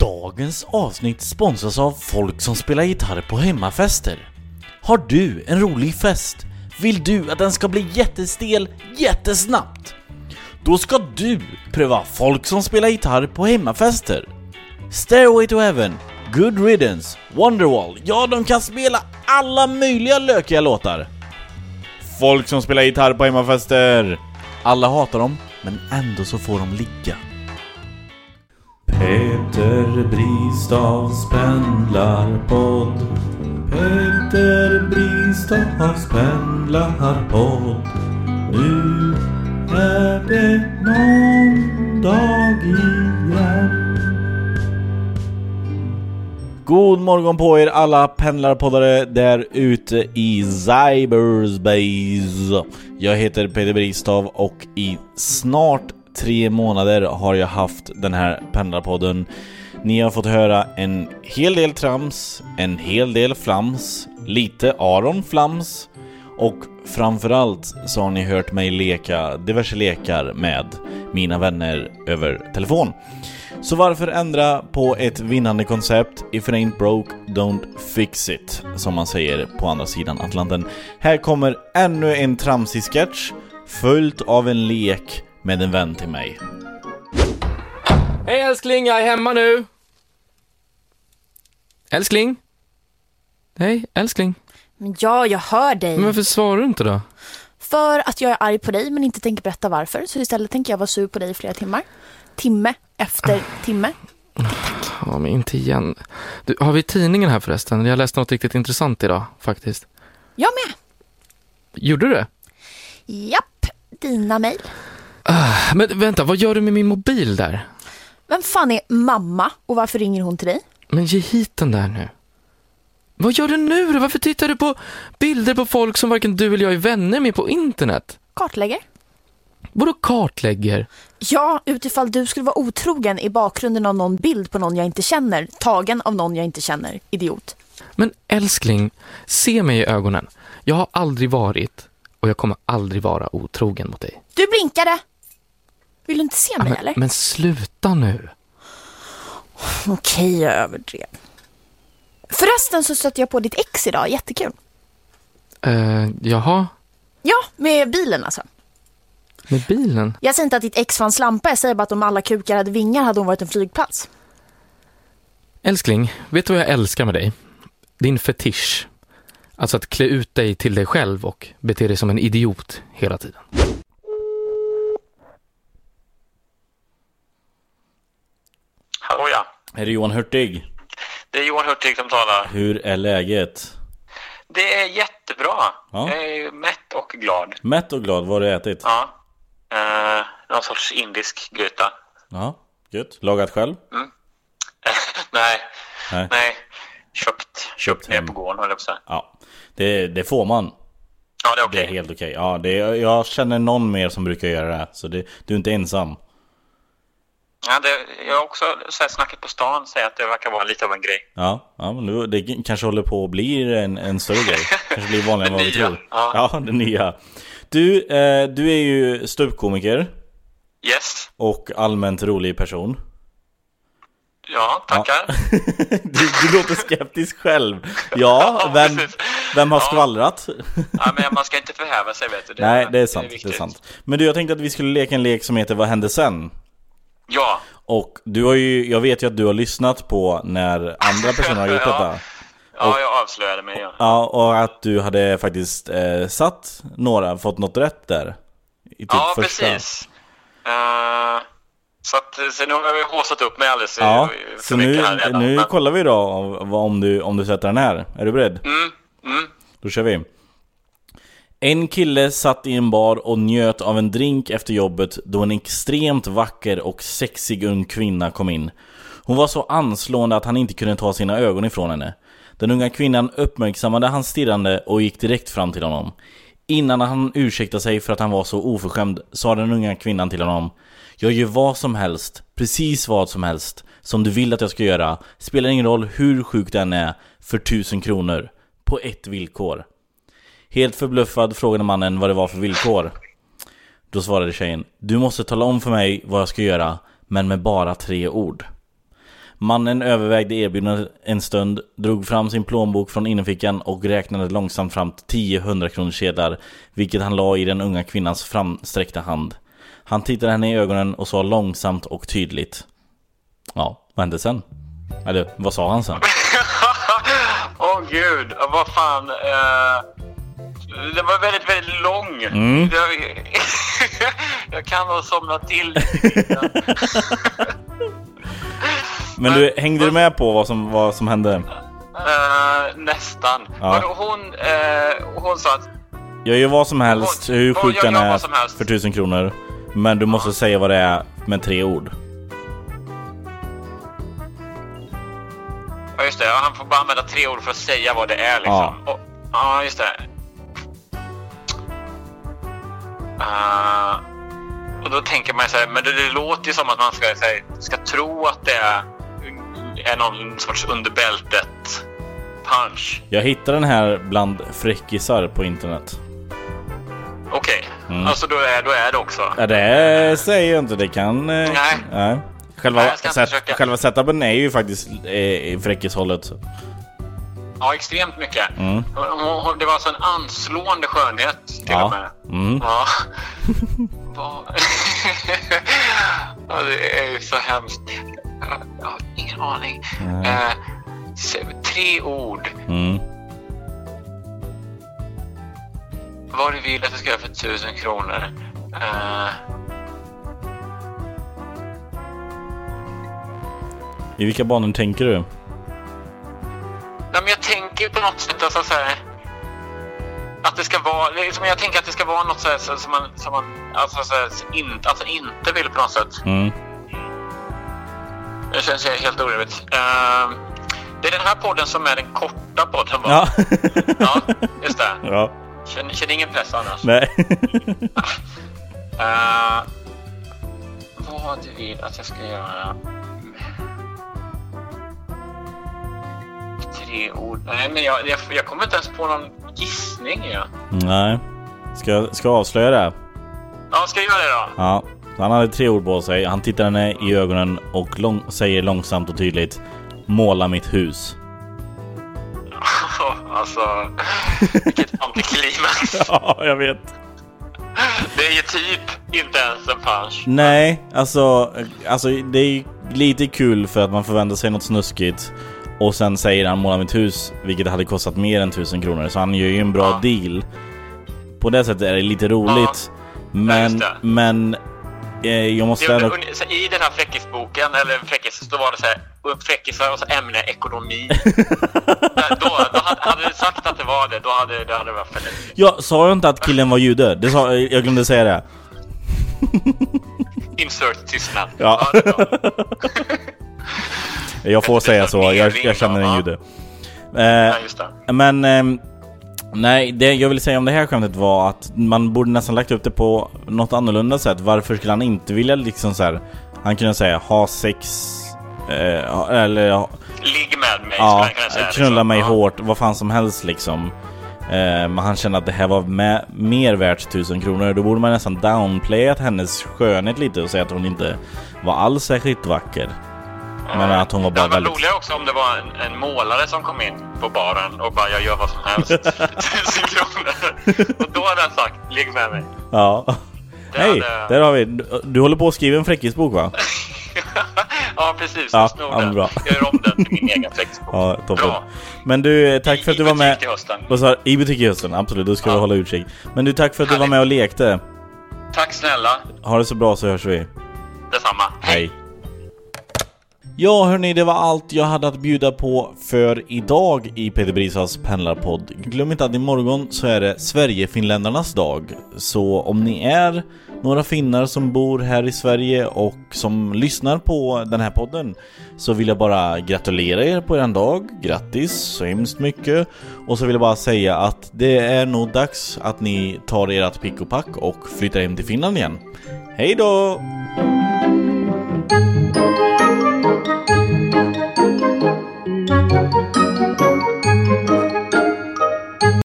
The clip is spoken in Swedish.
Dagens avsnitt sponsras av folk som spelar gitarr på hemmafester. Har du en rolig fest? Vill du att den ska bli jättestel jättesnabbt? Då ska du pröva folk som spelar gitarr på hemmafester. Stairway to Heaven, Good Riddance, Wonderwall, ja de kan spela alla möjliga lökiga låtar. Folk som spelar gitarr på hemmafester! Alla hatar dem, men ändå så får de ligga. Peter Bristavs pendlarpodd Peter Bristavs pendlarpodd Nu är det måndag igen God morgon på er alla pendlarpoddare där ute i cyberspace. Jag heter Peter Bristav och i snart tre månader har jag haft den här pendlarpodden. Ni har fått höra en hel del trams, en hel del flams, lite Aron Flams och framförallt så har ni hört mig leka diverse lekar med mina vänner över telefon. Så varför ändra på ett vinnande koncept? If it ain't broke, don't fix it. Som man säger på andra sidan Atlanten. Här kommer ännu en tramsig sketch, följt av en lek med en vän till mig. Hej älskling, jag är hemma nu. Älskling? Hej, älskling. Men ja, jag hör dig. Men varför svarar du inte då? För att jag är arg på dig men inte tänker berätta varför. Så istället tänker jag vara sur på dig i flera timmar. Timme efter timme. Ja, men inte igen. Du, har vi tidningen här förresten? Jag läste något riktigt intressant idag, faktiskt. Jag med. Gjorde du det? Japp, dina mejl. Men vänta, vad gör du med min mobil där? Vem fan är mamma och varför ringer hon till dig? Men ge hit den där nu. Vad gör du nu då? Varför tittar du på bilder på folk som varken du eller jag är vänner med på internet? Kartlägger. Vadå kartlägger? Ja, utifall du skulle vara otrogen i bakgrunden av någon bild på någon jag inte känner. Tagen av någon jag inte känner. Idiot. Men älskling, se mig i ögonen. Jag har aldrig varit och jag kommer aldrig vara otrogen mot dig. Du blinkade. Vill du inte se mig men, eller? men sluta nu. Okej, jag överdrev. Förresten så stötte jag på ditt ex idag. Jättekul. Eh, jaha, Ja, med bilen alltså. med bilen? Jag säger inte att ditt ex var en slampa, jag säger bara att om alla kukar hade vingar hade hon varit en flygplats. Älskling, vet du vad jag älskar med dig? Din fetisch. Alltså att klä ut dig till dig själv och bete dig som en idiot hela tiden. Hallå ja, Här är Johan Hurtig. det är Johan Hurtig som talar. Hur är läget? Det är jättebra. Ja. Jag är mätt och glad. Mätt och glad, vad har du ätit? Ja. Eh, någon sorts indisk gryta. Ja, gött. Lagat själv? Nej, Nej. nej. Köpt. Köpt ner på gården höll jag på att säga. Ja, det, det får man. Ja, det är Det okej. är helt okej. Ja, det, jag känner någon mer som brukar göra det, här, så det, du är inte ensam. Ja, det, jag har också så här, snacket på stan säger att det verkar vara lite av en grej. Ja, ja men nu, det kanske håller på att bli en, en större grej. kanske blir vanligare än vad vi Det nya, tror. ja. ja, det nya. Du, eh, du är ju ståuppkomiker Yes. och allmänt rolig person. Ja, tackar. Du, du låter skeptisk själv. Ja, vem, precis. vem har Ja. skvallrat? Ja, men man ska inte förhäva sig vet du. Nej, det är sant. Det är, viktigt. sant. Men du, jag tänkte att vi skulle leka en lek som heter Vad hände sen? Ja, Och du har ju, jag vet ju att du har lyssnat på när andra personer har gjort Ja. detta. ja jag avslöjade mig. Ja. Ja, och att du hade faktiskt eh, satt några, fått något rätt där. I typ Ja, första. precis. Eh, så, att, så nu har jag haussat upp mig alldeles Ja, för så mycket nu, här redan. nu men- kollar vi då om- vad- om du, om du sätter den här. Är du beredd? Mm, Då kör vi. En kille satt i en bar och njöt av en drink efter jobbet då en extremt vacker och sexig ung kvinna kom in. Hon var så anslående att han inte kunde ta sina ögon ifrån henne. Den unga kvinnan uppmärksammade hans stirrande och gick direkt fram till honom. Innan han ursäktade sig för att han var så oförskämd sa den unga kvinnan till honom Jag gör vad som helst, precis vad som helst, som du vill att jag ska göra. Spelar ingen roll hur sjuk den är, för tusen kronor. På ett villkor. Helt förbluffad frågade mannen vad det var för villkor. Då svarade tjejen Du måste tala om för mig vad jag ska göra, men med bara tre ord. Mannen övervägde erbjudandet en stund, drog fram sin plånbok från innerfickan och räknade långsamt fram till 10 100-kronorssedlar, vilket han la i den unga kvinnans framsträckta hand. Han tittade henne i ögonen och sa långsamt och tydligt. Ja, vad hände sen? Eller vad sa han sen? Åh gud, vad fan. eh, det var väldigt, väldigt lång. Mm. Jag, jag kan ha somnat till. Men du, hängde du med på vad som, vad som hände? Eh, nästan. Ja. Men Hon, eh, hon sa att Jag gör vad som helst, Vad- hur vad- sjuk jag den gör är, vad som helst. för tusen kronor. Men du måste säga vad det är med tre ord. Ja just det, Ja, han får bara använda tre ord för att säga vad det är liksom. Ja, och, ja just det. Ah, och då tänker man så här, men det, det låter ju som att man ska, så här, ska tro att det är, är någon sorts underbältet punch. Jag hittade den här bland fräckisar på internet. Okej, alltså då är, då är det också. Ja, Äh, Det säger jag inte, det kan... eh, Nej. nej. Själva, Nej, jag ska inte set, försöka. själva setupen är ju faktiskt eh, fräckishållet. Ja, extremt mycket. Hon- hon- hon- Det var alltså en anslående skönhet till Mm. Ja. och med. Mm. Ja. Vad- ja, det är ju så hemskt. Jag har ingen aning. Eh, se- tre ord. Mm. Vad du vill att jag ska göra för tusen kronor. Eh, I vilka banor tänker du? nej, men jag tänker ju på något sätt alltså, så här, att det ska vara, liksom, jag tänker att det ska vara något så här, så, som man, som man alltså, så här, in, alltså, inte vill på något sätt. Mm. Det känns helt orimligt. Eh, det är den här podden som är den korta podden va? Ja. Ja, just det. ja. Känner, känner ingen press annars. Nej. Eh, vad du vill att jag ska göra? Tre ord. Nej, men jag, jag, jag kommer inte ens på någon gissning. Ja. nej. Ska, jag- ska jag avslöja det? här? ja, ska jag göra det då? Ja. Han hade tre ord på sig. Han tittar henne i ögonen och lång, säger långsamt och tydligt Måla mitt hus. alltså, vilket antiklimax. Ja, jag vet. Det är ju typ inte ens en punch. Nej, alltså, alltså det är ju lite kul för att man förväntar sig något snuskigt och sen säger han måla mitt hus, vilket hade kostat mer än 1000 kronor. Så han gör ju en bra Ja. deal. På det sättet är det lite roligt. Men, just det. men eh, jag Det, måste är ändå... under- så I den här fräckisboken, eller fräckis, då var det så här fräckisar och så ämne ekonomi. Där- då, då hade, hade du sagt att det var det, då hade, då hade det varit för lätt. Ja, sa jag inte att killen var jude? Det sa, jag glömde säga det. Insert tystnad. Ja. det är bra. Jag får säga så, jag, jag känner en jude. Eh, ja, just det. Men ehm, nej, det jag ville säga om det här skämtet var att man borde nästan lagt upp det på något annorlunda sätt. Varför skulle han inte vilja liksom så här? Han kunde säga ha sex eh, ha- eller ja, Ligg med mig, ja, skulle jag kunna säga. knulla liksom. mig Ja. hårt, vad fan som helst liksom. Eh, Men han kände att det här var med, mer värt 1000 kronor. Då borde man nästan downplayat hennes skönhet lite och säga att hon inte var alls särskilt vacker. Men att hon var Det bara hade varit väldigt... roligare också om det var en, en målare som kom in på baren och bara jag gör vad som helst. Tusen kronor. Och då hade han sagt ligg med mig. Ja. Det Hej, hade- där har vi. Du, du håller på att skriva en fräckisbok va? ja precis, Ja, jag ja, snor men den. bra. Jag gör om den till min egen fläktbok. Ja, toppen. Bra. Men du, eh, tack I- för att du i var med. butik till hösten. Vad sa du? I butik i hösten, absolut. Då ska vi Ja. hålla utkik. Men du, tack för att du var Härligt. med och lekte. Tack snälla. Ha det så bra så hörs vi. Detsamma. Hej. Ja hörni, det var allt jag hade att bjuda på för idag i Peter Brisas pendlarpodd. Glöm inte att imorgon så är det Sverigefinländarnas dag. Så om ni är några finnar som bor här i Sverige och som lyssnar på den här podden så vill jag bara gratulera er på er dag. Grattis så hemskt mycket. Och så vill jag bara säga att det är nog dags att ni tar ert pick och pack och flyttar hem till Finland igen. Hej då!